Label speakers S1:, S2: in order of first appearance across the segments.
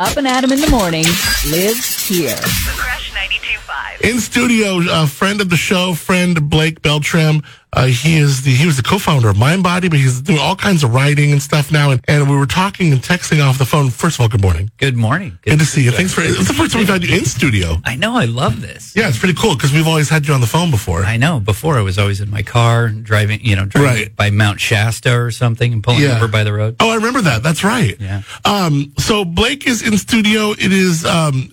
S1: Up and Adam in the morning lives here.
S2: Crush 92.5.
S3: in studio, a friend of the show, friend Blake Beltram. Uh, he is the he was the co-founder of MindBody, but he's doing all kinds of writing and stuff now. And, and we were talking and texting off the phone. First of all, good morning.
S4: Good morning.
S3: Good to see you. Thanks for it's the first time we've had you in studio.
S4: I know. I love this.
S3: Yeah, it's pretty cool because we've always had you on the phone before.
S4: I know. Before I was always in my car driving, you know, driving
S3: Right.
S4: by Mount Shasta or something and pulling
S3: Yeah.
S4: over by the road.
S3: Oh, I remember that. That's right.
S4: Yeah.
S3: Um, so Blake is in studio. It is um,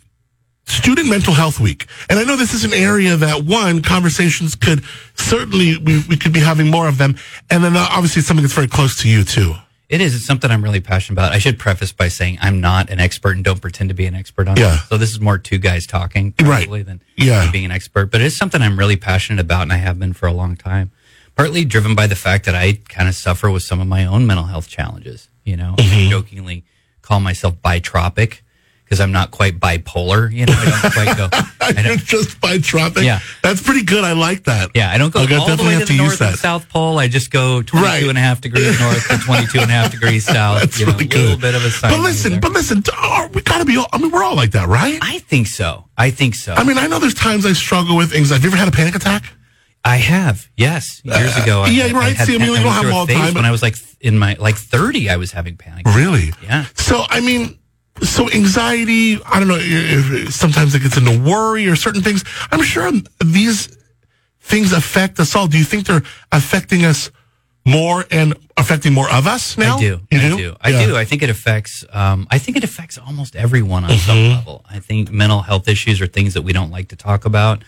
S3: Student Mental Health Week, and I know this is an area that one conversations could certainly we, we could be having more of them, and then uh, obviously it's something that's very close to you too.
S4: It is. It's something I'm really passionate about. I should preface by saying I'm not an expert and don't pretend to be an expert on
S3: Yeah.
S4: it. So this is more two guys talking
S3: Right.
S4: probably than
S3: Yeah.
S4: me being an expert. But it's something I'm really passionate about and I have been for a long time. Partly driven by the fact that I kind of suffer with some of my own mental health challenges. You know,
S3: Mm-hmm.
S4: I jokingly call myself bitropic because I'm not quite bipolar. You know, I don't quite go. I
S3: You're
S4: don't,
S3: just by tropic.
S4: Yeah.
S3: that's pretty good. I like that.
S4: Yeah, I don't go
S3: Like, I
S4: all the
S3: definitely
S4: way
S3: have
S4: to the
S3: to use
S4: north and
S3: that.
S4: south pole. I just go 22
S3: Right.
S4: and a half degrees north to 22 and a half degrees south.
S3: That's
S4: you know,
S3: really
S4: a little
S3: good.
S4: bit of a sign.
S3: but listen, but listen, d- oh, we gotta be. All, I mean, we're all like that, right?
S4: I think so. I think so.
S3: I mean, I know there's times I struggle with anxiety. Have you ever had a panic attack?
S4: I have. Yes, years ago. I,
S3: uh, yeah,
S4: I
S3: right.
S4: had
S3: See, I mean,
S4: pan-
S3: we don't
S4: went
S3: have
S4: through a
S3: all the
S4: phase
S3: time,
S4: When
S3: but-
S4: I was like th- in my like 30, I was having panic.
S3: Really?
S4: Yeah.
S3: So I mean, so anxiety. I don't know. If, if- sometimes it gets into worry or certain things. I'm sure these things affect us all. Do you think they're affecting us more and affecting more of us now?
S4: I do.
S3: You
S4: I
S3: do.
S4: do. I
S3: Yeah.
S4: do. I think it affects. Um, I think it affects almost everyone on some
S3: Mm-hmm.
S4: level. I think mental health issues are things that we don't like to talk about.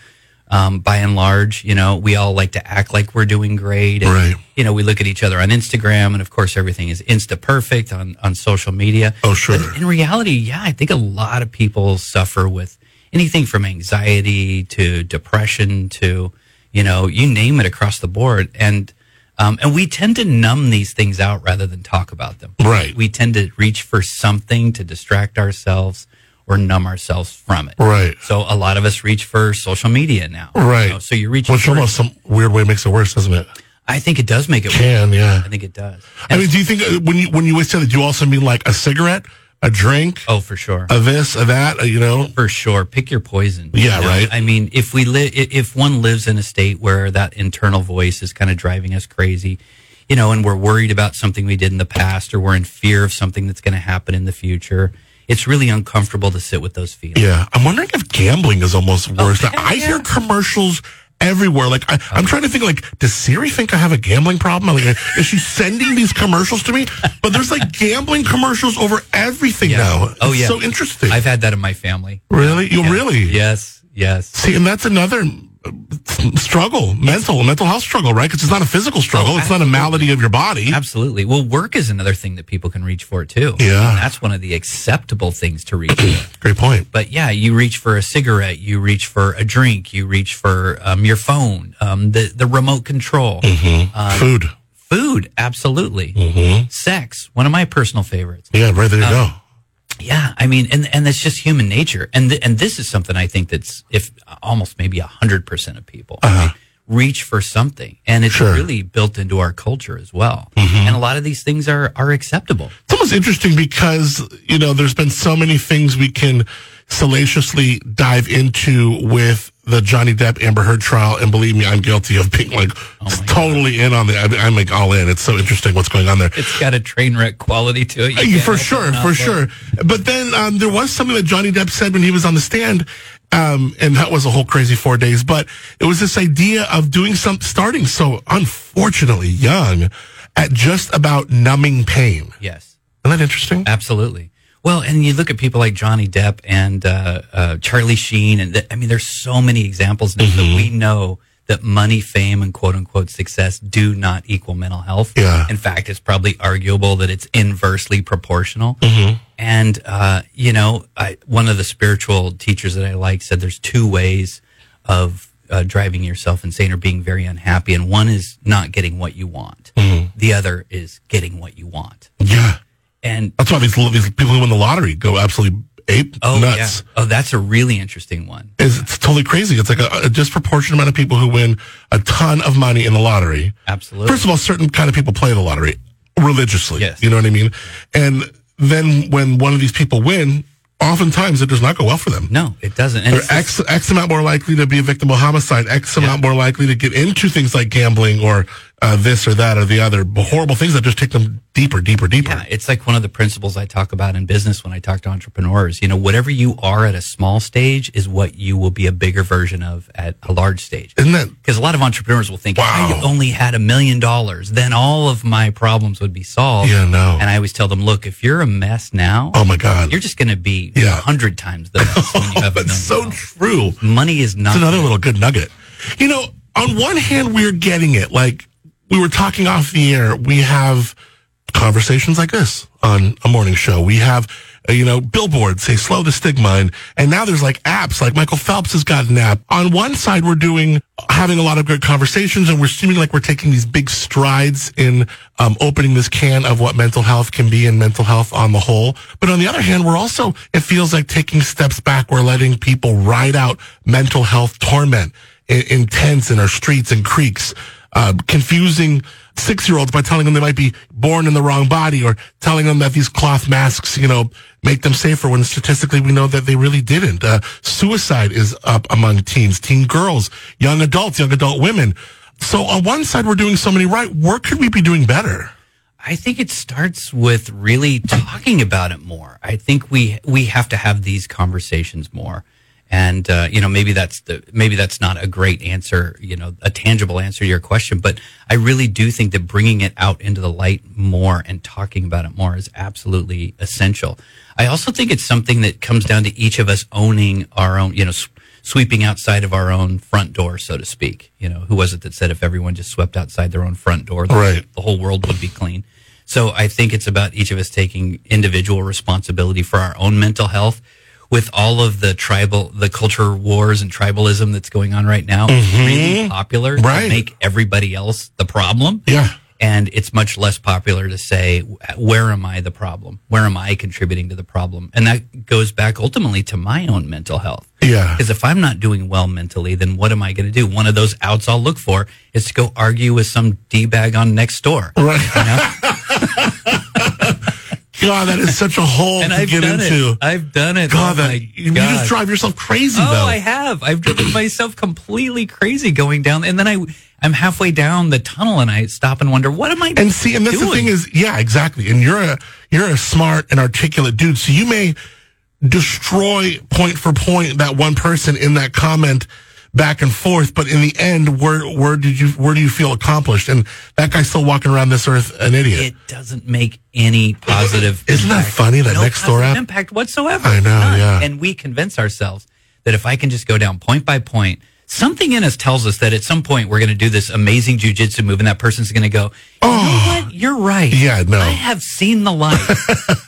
S4: Um, by and large, you know, we all like to act like we're doing great. And,
S3: Right.
S4: You know, we look at each other on Instagram, and of course, everything is insta perfect on on social media.
S3: Oh, sure.
S4: But in reality, yeah, I think a lot of people suffer with anything from anxiety to depression to, you know, you name it across the board. And um, and we tend to numb these things out rather than talk about them.
S3: Right.
S4: We tend to reach for something to distract ourselves or numb ourselves from it.
S3: Right.
S4: So a lot of us reach for social media now. you
S3: Right.
S4: know, Oh, So you're reaching
S3: Which
S4: for
S3: almost some weird way makes it worse, doesn't it?
S4: I think it does make it worse.
S3: Can yeah.
S4: I think it does.
S3: I mean, do you think uh, when you when you say that, you also mean like a cigarette, a drink,
S4: oh, for sure.
S3: a this, a that, a, you know?
S4: for sure. Pick your poison.
S3: Yeah, right.
S4: I mean, if we live, if one lives in a state where that internal voice is kind of driving us crazy, you know, and we're worried about something we did in the past, or we're in fear of something that's going to happen in the future, it's really uncomfortable to sit with those feelings.
S3: Yeah, I'm wondering if gambling is almost
S4: Oh,
S3: worse. Now, I hear commercials everywhere. Like I, I'm trying to think. Like, does Siri think I have a gambling problem? Like, is she sending these commercials to me? But there's like gambling commercials over everything now.
S4: Oh,
S3: It's
S4: yeah.
S3: So interesting.
S4: I've had that in my family.
S3: really? You really?
S4: Yes. Yes.
S3: See, and that's another uh, struggle, mental, mental health struggle, right? Because it's not a physical struggle.
S4: Oh,
S3: it's not a malady of your body.
S4: Absolutely. Well, work is another thing that people can reach for too.
S3: Yeah.
S4: And that's one of the acceptable things to reach for.
S3: Great point.
S4: But yeah, you reach for a cigarette, you reach for a drink, you reach for um, your phone, um, the the remote control,
S3: Mm-hmm.
S4: Um,
S3: Food.
S4: food, absolutely,
S3: Mm-hmm.
S4: sex, one of my personal favorites.
S3: Yeah, right there you
S4: um,
S3: go.
S4: Yeah, I mean, and and that's just human nature, and th- and this is something I think that's if almost maybe hundred percent of people. Reach for something, and it's
S3: Uh-huh. Sure. Mm-hmm.
S4: really built into our culture as well. And a lot of these things are are acceptable.
S3: It's almost interesting because, you know, there's been so many things we can salaciously dive into with the Johnny Depp Amber Heard trial. And believe me, I'm guilty of being like
S4: Oh
S3: totally in on the, I- I'm like all in. It's so interesting what's going on there. Uh,
S4: It's got a train wreck quality to it. You
S3: Yeah,
S4: can't
S3: for
S4: help
S3: sure,
S4: but not
S3: for
S4: love
S3: sure. But then um, there was something that Johnny Depp said when he was on the stand, um, and that was a whole crazy four days. But it was this idea of doing some starting so unfortunately young at just about numbing pain.
S4: Yes.
S3: Isn't that interesting?
S4: Absolutely. Well, and you look at people like Johnny Depp and uh, uh, Charlie Sheen, and th- I mean, there's so many examples now that we know that money, fame, and quote unquote success do not equal mental health.
S3: Yeah.
S4: In fact, it's probably arguable that it's inversely proportional. And uh, you know, I, one of the spiritual teachers that I like said there's two ways of uh, driving yourself insane or being very unhappy, and one is not getting what you want. The other is getting what you want.
S3: Yeah.
S4: And
S3: That's why these, these people who win the lottery go absolutely ape
S4: Oh,
S3: nuts.
S4: yeah. Oh, that's a really interesting one.
S3: It's, it's totally crazy. It's like a, a disproportionate amount of people who win a ton of money in the lottery.
S4: Absolutely.
S3: First of all, certain kind of people play the lottery religiously.
S4: Yes.
S3: You know what I mean? And then when one of these people win, oftentimes it does not go well for them.
S4: No, it doesn't. And
S3: They're
S4: it's just-
S3: X, X amount more likely to be a victim of homicide, X amount more likely to get into things like gambling or uh, this or that or the other but horrible things that just take them deeper, deeper, deeper.
S4: Yeah, it's like one of the principles I talk about in business when I talk to entrepreneurs. You know, whatever you are at a small stage is what you will be a bigger version of at a large stage.
S3: Isn't that
S4: Because a lot of entrepreneurs will think,
S3: Wow.
S4: if I only had a million dollars, then all of my problems would be solved.
S3: Yeah, no.
S4: And I always tell them, look, if you're a mess now,
S3: Oh my God.
S4: you're just going to be a
S3: Yeah. Oh,
S4: hundred times the mess when you have a
S3: That's
S4: million
S3: so
S4: dollars.
S3: true.
S4: Money is not
S3: It's another little good nugget. You know, on one hand, we're getting it. Like we were talking off the air, we have conversations like this on a morning show. We have, uh, you know, billboards say slow the stigma. And, and now there's like apps, like Michael Phelps has got an app. On one side, we're doing, having a lot of good conversations and we're seeming like we're taking these big strides in um, opening this can of what mental health can be and mental health on the whole. But on the other hand, we're also, it feels like taking steps back. We're letting people ride out mental health torment in, in tents in our streets and creeks, uh, confusing six year olds by telling them they might be born in the wrong body or telling them that these cloth masks, you know, make them safer when statistically we know that they really didn't. Uh, suicide is up among teens, teen girls, young adults, young adult women. So on one side, we're doing so many right. Where could we be doing better?
S4: I think it starts with really talking about it more. I think we we have to have these conversations more, and uh, you know maybe that's the maybe that's not a great answer, you know, a tangible answer to your question, but I really do think that bringing it out into the light more and talking about it more is absolutely essential. I also think it's something that comes down to each of us owning our own, you know. s- Sweeping outside of our own front door, so to speak. You know, who was it that said if everyone just swept outside their own front door, the-
S3: Right.
S4: the whole world would be clean. So I think it's about each of us taking individual responsibility for our own mental health. With all of the tribal, the culture wars and tribalism that's going on right now, it's really popular
S3: Mm-hmm. Right.
S4: to make everybody else the problem.
S3: Yeah.
S4: And it's much less popular to say, where am I the problem? Where am I contributing to the problem? And that goes back ultimately to my own mental health.
S3: Yeah.
S4: Because if I'm not doing well mentally, then what am I going to do? One of those outs I'll look for is to go argue with some D bag on next door.
S3: Right.
S4: You know?
S3: God, that is such a hole
S4: and
S3: to
S4: I've
S3: get
S4: done
S3: into.
S4: it. I've done it.
S3: God,
S4: oh
S3: that
S4: my
S3: you
S4: God.
S3: just drive yourself crazy
S4: Oh,
S3: though.
S4: I have. I've driven myself completely crazy going down, and then I, I'm halfway down the tunnel, and I stop and wonder, what am I?
S3: And see, and that's the
S4: doing?
S3: thing is, yeah, exactly. And you're a you're a smart and articulate dude, so you may destroy point for point that one person in that comment back and forth, but in the end, where where did you where do you feel accomplished? And that guy's still walking around this earth an idiot.
S4: it doesn't make any positive.
S3: Isn't that
S4: impact.
S3: funny, that
S4: no
S3: next door
S4: positive
S3: app?
S4: impact whatsoever.
S3: I know,
S4: None.
S3: yeah.
S4: And we convince ourselves that if I can just go down point by point, something in us tells us that at some point we're going to do this amazing jujitsu move, and that person's going to go, "You know what? You're right.
S3: Oh. Yeah, no.
S4: I have seen the light."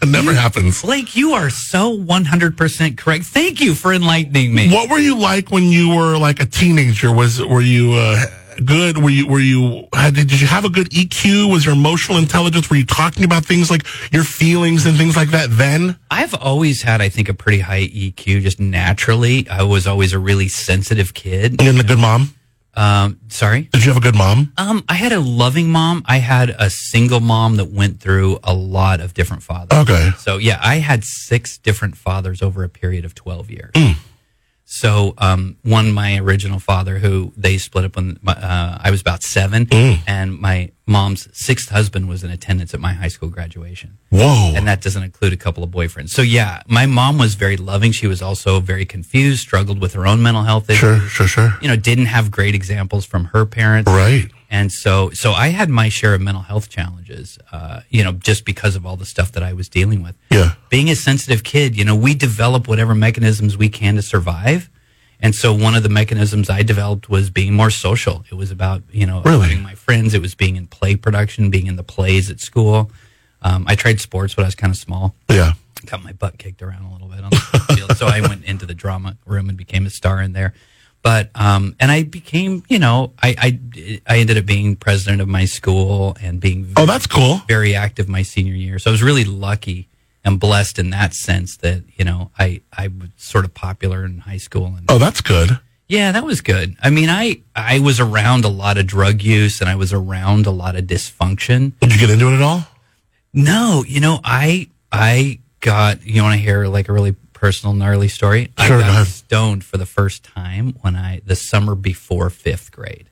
S3: It never happens.
S4: Blake, you are so 100% correct. Thank you for enlightening me.
S3: What were you like when you were like a teenager? Was were you uh, good? Were you were you had, did you have a good EQ? Was your emotional intelligence? Were you talking about things like your feelings and things like that then?
S4: I've always had, I think, a pretty high EQ just naturally. I was always a really sensitive kid.
S3: And a good mom?
S4: Um, sorry?
S3: Did you have a good mom?
S4: Um, I had a loving mom. I had a single mom that went through a lot of different fathers.
S3: Okay.
S4: So yeah, I had six different fathers over a period of twelve years.
S3: Mm.
S4: So um, one, my original father, who they split up when my, uh, I was about seven,
S3: Mm.
S4: and my mom's sixth husband was in attendance at my high school graduation
S3: Whoa.
S4: and that doesn't include a couple of boyfriends. So yeah, my mom was very loving. She was also very confused, struggled with her own mental health issues.
S3: sure, sure, sure.
S4: You know, didn't have great examples from her parents.
S3: Right.
S4: And so, so I had my share of mental health challenges. Uh, you know, just because of all the stuff that I was dealing with.
S3: Yeah.
S4: Being a sensitive kid, you know, we develop whatever mechanisms we can to survive. And so, one of the mechanisms I developed was being more social. It was about you know
S3: Really?
S4: having my friends. It was being in play production, being in the plays at school. Um, I tried sports when I was kind of small
S3: Yeah.
S4: got my butt kicked around a little bit on the field. So I went into the drama room and became a star in there. But um, and I became, you know, I, I I ended up being president of my school and being very,
S3: Oh, that's cool.
S4: very active my senior year. So I was really lucky and blessed in that sense that you know I I was sort of popular in high school and
S3: Oh, that's good.
S4: yeah, that was good. I mean, I I was around a lot of drug use and I was around a lot of dysfunction.
S3: Did you get into it at all?
S4: No, you know, I I got you want to hear like a really personal gnarly story.
S3: Sure,
S4: I
S3: go
S4: got
S3: ahead.
S4: stoned for the first time when I the summer before fifth grade.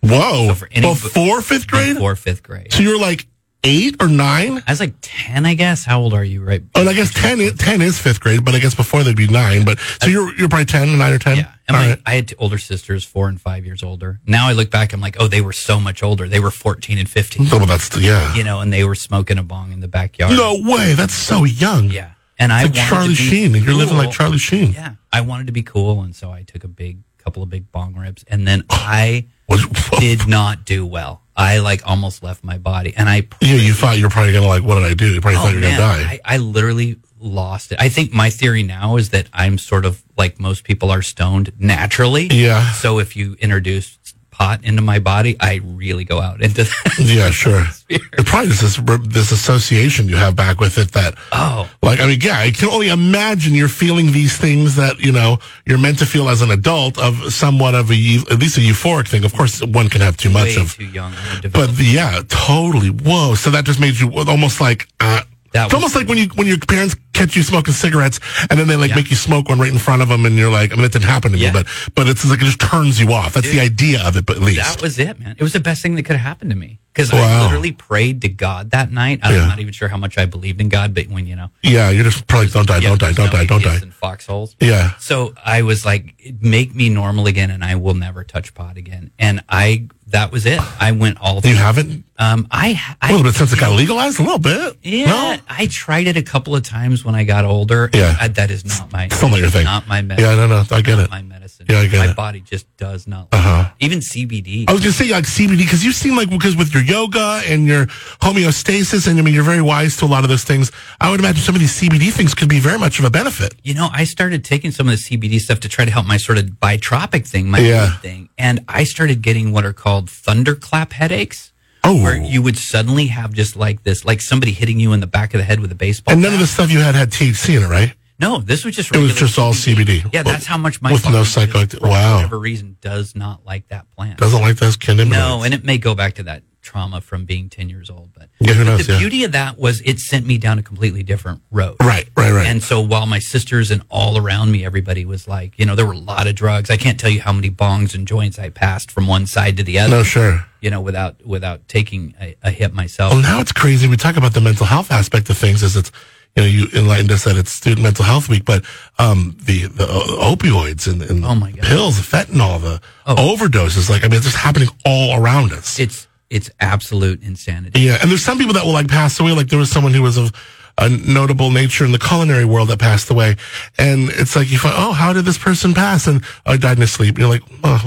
S3: Whoa.
S4: So for any-
S3: before fifth grade?
S4: Before fifth grade.
S3: So you were like eight or nine?
S4: I was like ten, I guess. How old are you? Right.
S3: Oh, and I guess 10 is, 10 is fifth grade, but I guess before they'd be nine. But so you're, you're probably 10, nine or 10?
S4: Yeah. And
S3: All
S4: my,
S3: right.
S4: I had two older sisters, four and five years older. Now I look back, I'm like, oh, they were so much older. They were 14 and 15,
S3: Oh, well, that's, yeah.
S4: you know, and they were smoking a bong in the backyard.
S3: No way. That's so young.
S4: Yeah. And I
S3: Like
S4: wanted
S3: Charlie
S4: to be
S3: Sheen. You're living like
S4: cool.
S3: Charlie Sheen.
S4: Yeah. I wanted to be cool. And so I took a big couple of big bong rips. And then I
S3: Was-
S4: did not do well. I like almost left my body. And I
S3: Yeah, you thought you're probably gonna like. What did I do? You
S4: Oh,
S3: probably thought you were gonna die.
S4: I, I literally lost it. I think my theory now is that I'm sort of like most people are stoned naturally.
S3: Yeah.
S4: So if you introduce pot into my body, I really go out into that.
S3: yeah, sure. It probably is this re- this association you have back with it that.
S4: Oh.
S3: Like I mean, yeah, I can only imagine you're feeling these things that you know you're meant to feel as an adult of somewhat of a eu- at least a euphoric thing. Of course, one can have too
S4: Way
S3: much of,
S4: too young. to develop.
S3: but the- yeah, totally. Whoa! So that just made you almost like uh,
S4: That
S3: it's
S4: was-
S3: almost like when you when your parents catch you smoking cigarettes and then they like
S4: Yeah.
S3: make you smoke one right in front of them and you're like, I mean, it didn't happen to
S4: Yeah.
S3: me, but but it's like it just turns you off. That's the idea of it, but at least.
S4: that was it, man. It was the best thing that could have happened to me because
S3: Wow.
S4: I literally prayed to God that night. I'm
S3: Yeah.
S4: not even sure how much I believed in God, but when you know,
S3: Yeah, you're just probably don't die,
S4: Yeah,
S3: don't die,
S4: there's
S3: don't
S4: no
S3: die, don't die.
S4: atheists In foxholes.
S3: Yeah.
S4: So I was like, make me normal again, and I will never touch pot again. And I, that was it. I went all.
S3: You
S4: through.
S3: haven't
S4: Um, I,
S3: a
S4: I
S3: little bit since it got legalized, a little bit.
S4: yeah,
S3: no,
S4: I tried it a couple of times when I got older.
S3: Yeah.
S4: I- that is not my.
S3: still not your thing.
S4: Not my
S3: Yeah,
S4: medicine.
S3: no, no, I get it.
S4: My medicine.
S3: Yeah, I get
S4: my
S3: it.
S4: body just does not. Uh-huh. Even CBD.
S3: I was gonna say like CBD because you seem like because with your yoga and your homeostasis and I mean you're very wise to a lot of those things. I would imagine some of these CBD things could be very much of a benefit.
S4: you know, I started taking some of the CBD stuff to try to help my sort of bitropic thing, my
S3: Yeah.
S4: mood thing, and I started getting what are called thunderclap headaches.
S3: Oh.
S4: where you would suddenly have just like this, like somebody hitting you in the back of the head with a baseball.
S3: And none of
S4: bat.
S3: the stuff you had had THC in it, right?
S4: No, this was just.
S3: It was
S4: regular
S3: just all CBD.
S4: Yeah, that's how much my
S3: With no
S4: body
S3: psychoactive-
S4: just, for
S3: wow.
S4: whatever reason does not like that plant.
S3: Doesn't like those cannabinoids.
S4: No, and it may go back to that trauma from being ten years old, but
S3: Yeah, who
S4: but
S3: knows,
S4: The
S3: yeah.
S4: beauty of that was it sent me down a completely different road.
S3: right, right, right.
S4: And so while my sisters and all around me, everybody was like, you know, there were a lot of drugs. I can't tell you how many bongs and joints I passed from one side to the other.
S3: no, sure.
S4: You know, without without taking a, a hit myself.
S3: Well, now it's crazy. We talk about the mental health aspect of things as it's, you know, you enlightened us that it's Student Mental Health Week, but um, the, the o- opioids and, and
S4: Oh, my God. Oh.
S3: pills, the fentanyl, the overdoses, like, I mean, it's just happening all around us.
S4: It's it's absolute insanity.
S3: yeah. And there's some people that will like pass away. Like there was someone who was of a notable nature in the culinary world that passed away. And it's like, you find, oh, how did this person pass? And I died in his sleep. You're like, oh,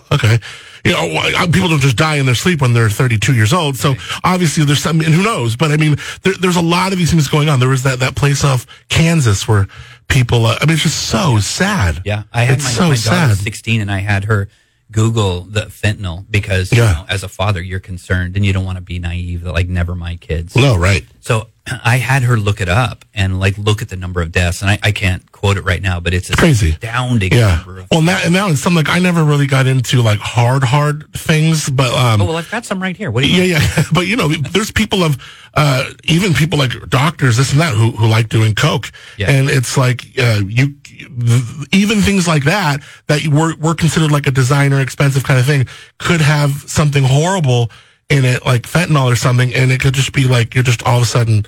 S3: well, okay. You know, why- people don't just die in their sleep when they're 32 years old. So obviously there's some, and who knows? But I mean, there, there's a lot of these things going on. There was that, that place off Kansas where people, uh, I mean, it's just so sad.
S4: Yeah, I had
S3: it's
S4: my,
S3: so
S4: my daughter
S3: sad.
S4: 16, and I had her Google the fentanyl because you
S3: Yeah.
S4: know, as a father, you're concerned and you don't want to be naive that like never my kids.
S3: No, right.
S4: So I had her look it up and like look at the number of deaths, and I, I can't quote it right now, but it's
S3: Crazy.
S4: astounding
S3: Yeah.
S4: number of
S3: Well, now, and now it's something like I never really got into like hard, hard things, but, um,
S4: Oh well, I've got some right here. What do you?
S3: Yeah, yeah. But you know, there's people of uh, even people like doctors, this and that, who who like doing coke,
S4: Yeah.
S3: and it's like uh, you even things like that that were were considered like a designer expensive kind of thing could have something horrible in it, like fentanyl or something, and it could just be like you're just all of a sudden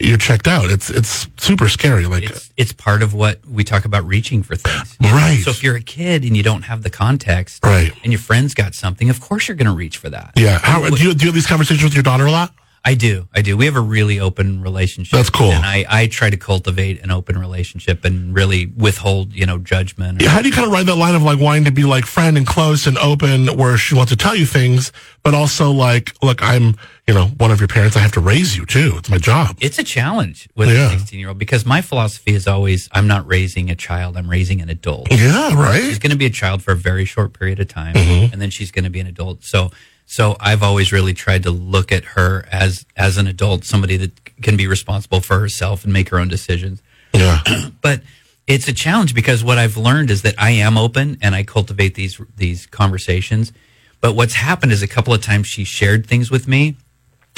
S3: you're checked out. It's it's super scary. Like
S4: It's it's part of what we talk about reaching for things, you know?
S3: Right.
S4: So if you're a kid and you don't have the context,
S3: Right.
S4: and your friend's got something, of course you're going to reach for that.
S3: yeah, how do you do you have these conversations with your daughter a lot?
S4: I do. I do. We have a really open relationship.
S3: That's cool.
S4: And I, I try to cultivate an open relationship and really withhold, you know, judgment. or-
S3: how do you kind of ride that line of like wanting to be like friend and close and open where she wants to tell you things, but also like, look, I'm, you know, one of your parents. I have to raise you too. It's my job.
S4: It's a challenge with
S3: Yeah.
S4: a 16 year old because my philosophy is always I'm not raising a child, I'm raising an adult.
S3: yeah, right.
S4: She's going to be a child for a very short period of time, and then she's going to be an adult. So, so I've always really tried to look at her as as an adult, somebody that c- can be responsible for herself and make her own decisions.
S3: Yeah.
S4: But it's a challenge because what I've learned is that I am open and I cultivate these these conversations. But what's happened is a couple of times she shared things with me,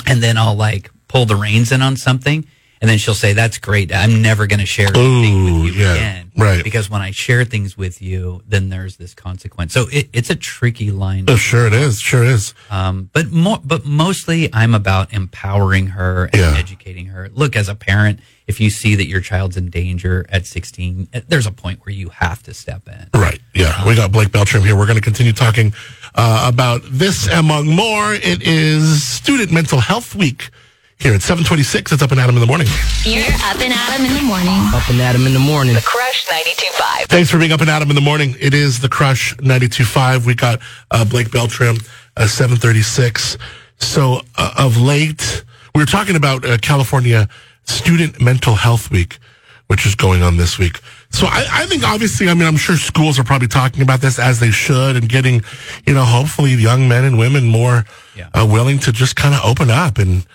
S4: and then I'll like pull the reins in on something. And then she'll say, That's great. I'm never going to share anything
S3: Ooh,
S4: with you
S3: yeah,
S4: again.
S3: right.
S4: Because when I share things with you, then there's this consequence. So it, it's a tricky line.
S3: Oh, sure it is. Sure is.
S4: Um, but more, but mostly I'm about empowering her and
S3: Yeah.
S4: educating her. Look, as a parent, if you see that your child's in danger at 16, eh, there's a point where you have to step in.
S3: Right. Yeah. We got Blake Beltram here. We're going to continue talking uh, about this among more. It is Student Mental Health Week here at 726. It's up and Adam in the morning.
S5: You're up and at 'em in the morning.
S6: Up and at 'em in the morning.
S2: Crush 92.5.
S3: Thanks for being up and Adam in the morning. It is the Crush 92.5. We got uh, Blake Beltram, uh, 736. So uh, of late, we were talking about uh, California Student Mental Health Week, which is going on this week. So I, I think obviously, I mean, I'm sure schools are probably talking about this as they should and getting, you know, hopefully young men and women more
S4: Yeah.
S3: uh, willing to just kind of open up and,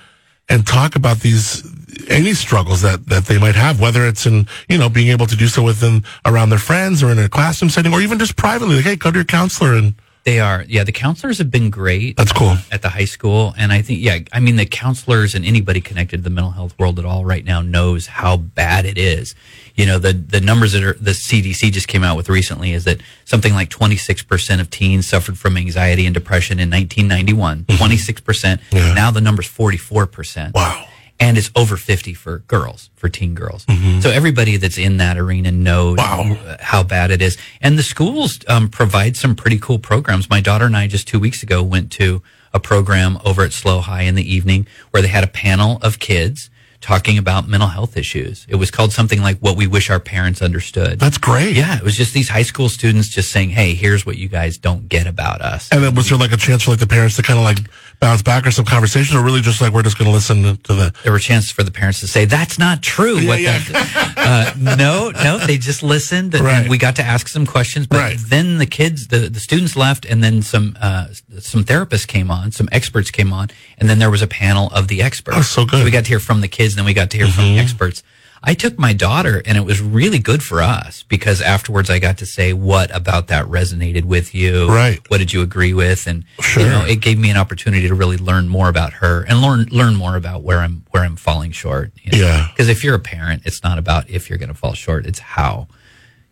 S3: and talk about these any struggles that that they might have, whether it's in you know being able to do so within around their friends or in a classroom setting or even just privately. Like, hey, go to your counselor and
S4: They are, yeah, the counselors have been great.
S3: That's cool.
S4: At the high school. And I think, yeah, I mean, the counselors and anybody connected to the mental health world at all right now knows how bad it is. You know, the, the numbers that are, the CDC just came out with recently is that something like 26% of teens suffered from anxiety and depression in 1991. 26%.
S3: Mm-hmm. Yeah.
S4: Now the number's 44%.
S3: Wow.
S4: And it's over 50 for girls, for teen girls. So everybody that's in that arena knows
S3: Mm-hmm. Wow.
S4: how bad it is. And the schools um, provide some pretty cool programs. My daughter and I just two weeks ago went to a program over at Slow High in the evening where they had a panel of kids talking about mental health issues. It was called something like What We Wish Our Parents Understood.
S3: that's great.
S4: yeah, it was just these high school students just saying, hey, here's what you guys don't get about us.
S3: And then was there like a chance for like the parents to kind of like bounce back or some conversation, or really just like we're just going to listen to the
S4: there were chances for the parents to say that's not true. what
S3: yeah.
S4: that- uh, no, no, they just listened, and
S3: Right.
S4: we got to ask some questions. But
S3: Right.
S4: then the kids, the, the students left, and then some uh, s- some therapists came on, some experts came on, and then there was a panel of the experts.
S3: Oh, so good. Mm-hmm.
S4: we got to hear from the kids, and then we got to hear from the experts. I took my daughter, and it was really good for us because afterwards I got to say what about that resonated with you.
S3: Right.
S4: What did you agree with? And
S3: Sure.
S4: you know, it gave me an opportunity to really learn more about her and learn learn more about where I'm where I'm falling short. you know.
S3: Yeah.
S4: Because if you're a parent, it's not about if you're going to fall short; it's how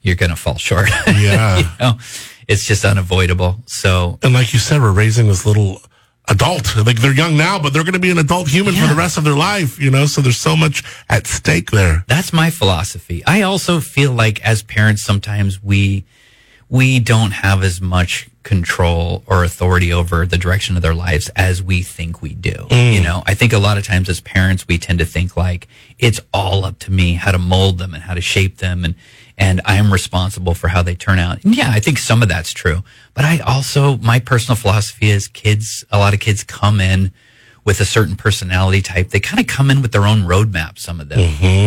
S4: you're going to fall short.
S3: Yeah.
S4: you know, it's just unavoidable. So
S3: and like you said, we're raising this little adult. Like they're young now, but they're going to be an adult human for
S4: Yeah.
S3: the rest of their life. You know, so there's so much at stake there.
S4: that's my philosophy. I also feel like as parents, sometimes we we don't have as much control or authority over the direction of their lives as we think we do. You know, I think a lot of times as parents, we tend to think like it's all up to me how to mold them and how to shape them, and and I am responsible for how they turn out. And yeah, I think some of that's true, but I also my personal philosophy is kids. A lot of kids come in with a certain personality type, they kind of come in with their own roadmap, some of them,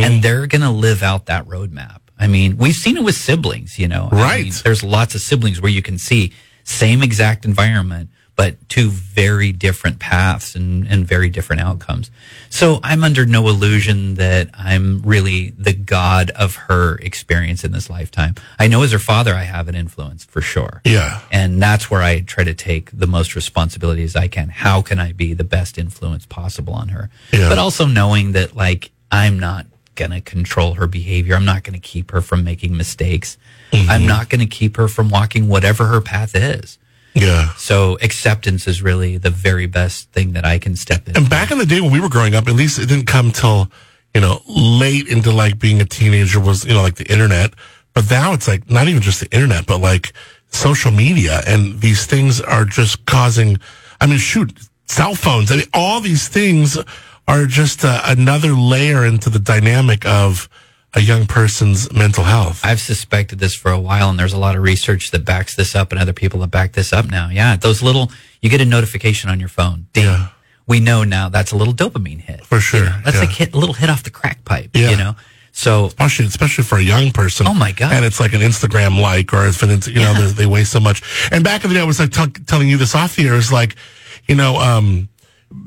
S4: and they're going to live out that roadmap. I mean, we've seen it with siblings, you know. I
S3: Right.
S4: mean, there's lots of siblings where you can see same exact environment, but two very different paths and, and very different outcomes. So I'm under no illusion that I'm really the god of her experience in this lifetime. I know as her father, I have an influence for sure.
S3: Yeah.
S4: And that's where I try to take the most responsibility as I can. How can I be the best influence possible on her?
S3: Yeah.
S4: But also knowing that, like, I'm not going to control her behavior. I'm not going to keep her from making mistakes.
S3: Mm-hmm.
S4: I'm not going to keep her from walking whatever her path is.
S3: Yeah.
S4: So acceptance is really the very best thing that I can step in.
S3: And back in the day when we were growing up, at least it didn't come till, you know, late into like being a teenager was, you know, like the internet. But now it's like not even just the internet, but like social media and these things are just causing, I mean, shoot, cell phones. I mean, all these things are just uh, another layer into the dynamic of a young person's mental health.
S4: I've suspected this for a while, and there's a lot of research that backs this up, and other people that back this up now. Yeah, those little you get a notification on your phone. Ding.
S3: Yeah.
S4: We know now that's a little dopamine hit
S3: For sure,
S4: You know, that's
S3: yeah.
S4: like hit a little hit off the crack pipe.
S3: Yeah.
S4: You know, so
S3: especially especially for a young person.
S4: Oh, my God.
S3: And it's like an Instagram like, or if it's you know they- they waste so much. And back in the day, I was like t- telling you this off the air is like, you know, um,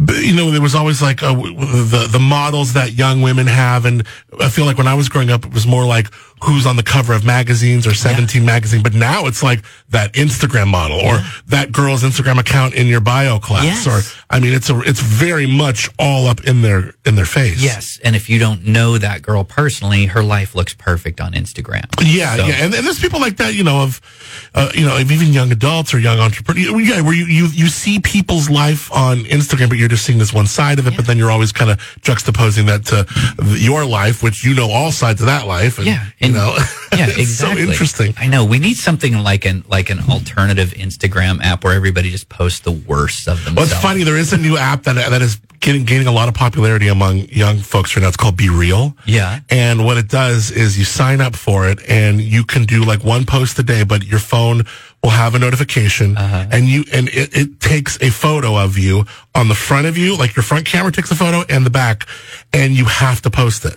S3: b- you know, there was always like uh, w- w- the the models that young women have, and I feel like when I was growing up, it was more like who's on the cover of magazines or 17 magazine. But now it's like that Instagram model or that girl's Instagram account in your bio class.
S4: Yes.
S3: Or I mean, it's a it's very much all up in their in their face.
S4: Yes, and if you don't know that girl personally, her life looks perfect on Instagram.
S3: Yeah,
S4: So-
S3: yeah, and, and there's people like that, you know, of, uh, you know, of even young adults or young entrepreneurs. Yeah, where you, you you see people's life on Instagram, but you're just seeing this one side of it. But then you're always kind of juxtaposing that to th- your life, which you know all sides of that life. And,
S4: Yeah,
S3: you
S4: and-
S3: know,
S4: Yeah,
S3: it's
S4: exactly.
S3: So interesting.
S4: I know. We need something like an like an alternative Instagram app where everybody just posts the worst of
S3: Well, it's
S4: themselves.
S3: funny. There is a new app that that is getting gaining a lot of popularity among young folks right now. It's called Be Real.
S4: Yeah.
S3: And what it does is you sign up for it, and you can do like one post a day, but your phone will have a notification,
S4: Uh-huh.
S3: and you and it, it takes a photo of you on the front of you, like your front camera takes a photo and the back, and you have to post it.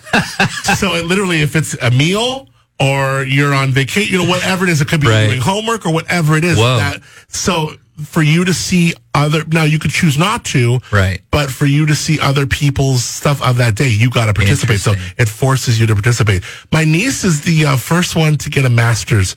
S3: so it literally, if it's a meal. Or you're on vacation, you know, whatever it is, it could be
S4: Right.
S3: doing homework or whatever it is.
S4: Whoa.
S3: That, so for you to see other now you could choose not to
S4: Right.
S3: but for you to see other people's stuff of that day you got to participate so
S4: Interesting.
S3: it forces you to participate my niece is the uh, first one to get a master's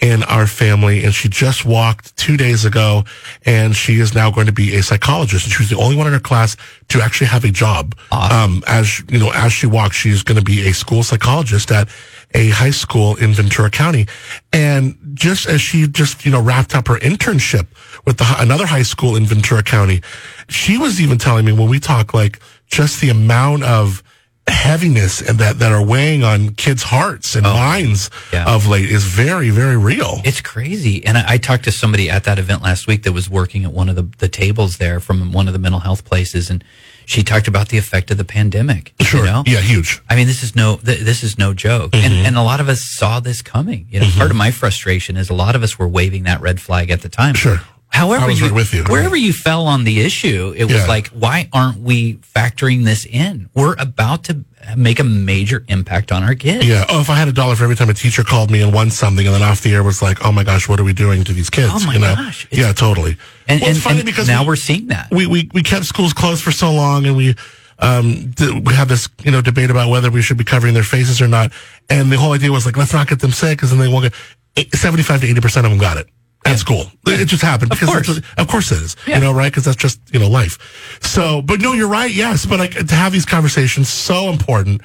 S3: in our family and she just walked two days ago and she is now going to be a psychologist and she was the only one in her class to actually have a job um, as you know as she walks she's going to be a school psychologist at a high school in Ventura County. And just as she just, you know, wrapped up her internship with the, hi- another high school in Ventura County, she was even telling me when we talk, like just the amount of heaviness and that, that are weighing on kids' hearts and minds
S4: Oh. yeah.
S3: of late is very, very real.
S4: It's crazy. And I, I talked to somebody at that event last week that was working at one of the, the tables there from one of the mental health places. And she talked about the effect of the pandemic. you
S3: sure.
S4: know?
S3: Yeah. Mm-hmm. Huge.
S4: I mean, this is no th- this is no joke, and and a lot of us saw this coming. You know,
S3: Mm-hmm.
S4: part of my frustration is a lot of us were waving that red flag at the time.
S3: Sure.
S4: However,
S3: I was
S4: you,
S3: right with you.
S4: wherever you fell on the issue, it
S3: Yeah.
S4: was like, why aren't we factoring this in? We're about to make a major impact on our kids.
S3: Yeah. Oh, if I had a dollar for every time a teacher called me and won something, and then off the air was like, "Oh my gosh, what are we doing to these kids?"
S4: Oh my
S3: you know?
S4: gosh, it's-
S3: Yeah, totally.
S4: And,
S3: Well,
S4: and,
S3: it's funny
S4: and
S3: because
S4: now
S3: we-
S4: we, are seeing that.
S3: we, we, we kept schools closed for so long and we, um, d- we had this, you know, debate about whether we should be covering their faces or not. And the whole idea was like, let's not get them sick because then they won't get eight- 75 to 80% of them got it at school. It just happened because
S4: course.
S3: That's what, of course it is,
S4: Yeah.
S3: you know, right? Because that's just, you know, life. So, but no, you're right. Yes. But like to have these conversations, so important.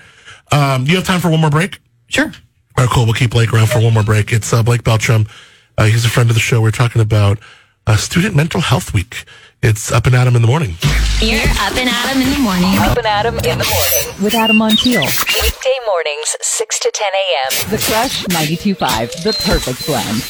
S3: Um, you have time for one more break?
S4: sure.
S3: All right, cool. We'll keep Blake around for one more break. It's uh, Blake Beltram. Uh, he's a friend of the show. We're talking about uh, Student Mental Health Week. It's up and at 'em in the morning.
S5: You're up and at 'em in the morning.
S6: Up and Adam in the morning.
S1: with Adam Montiel.
S6: Weekday mornings, 6 to 10 a.m.
S1: The Crush 92.5, the perfect blend.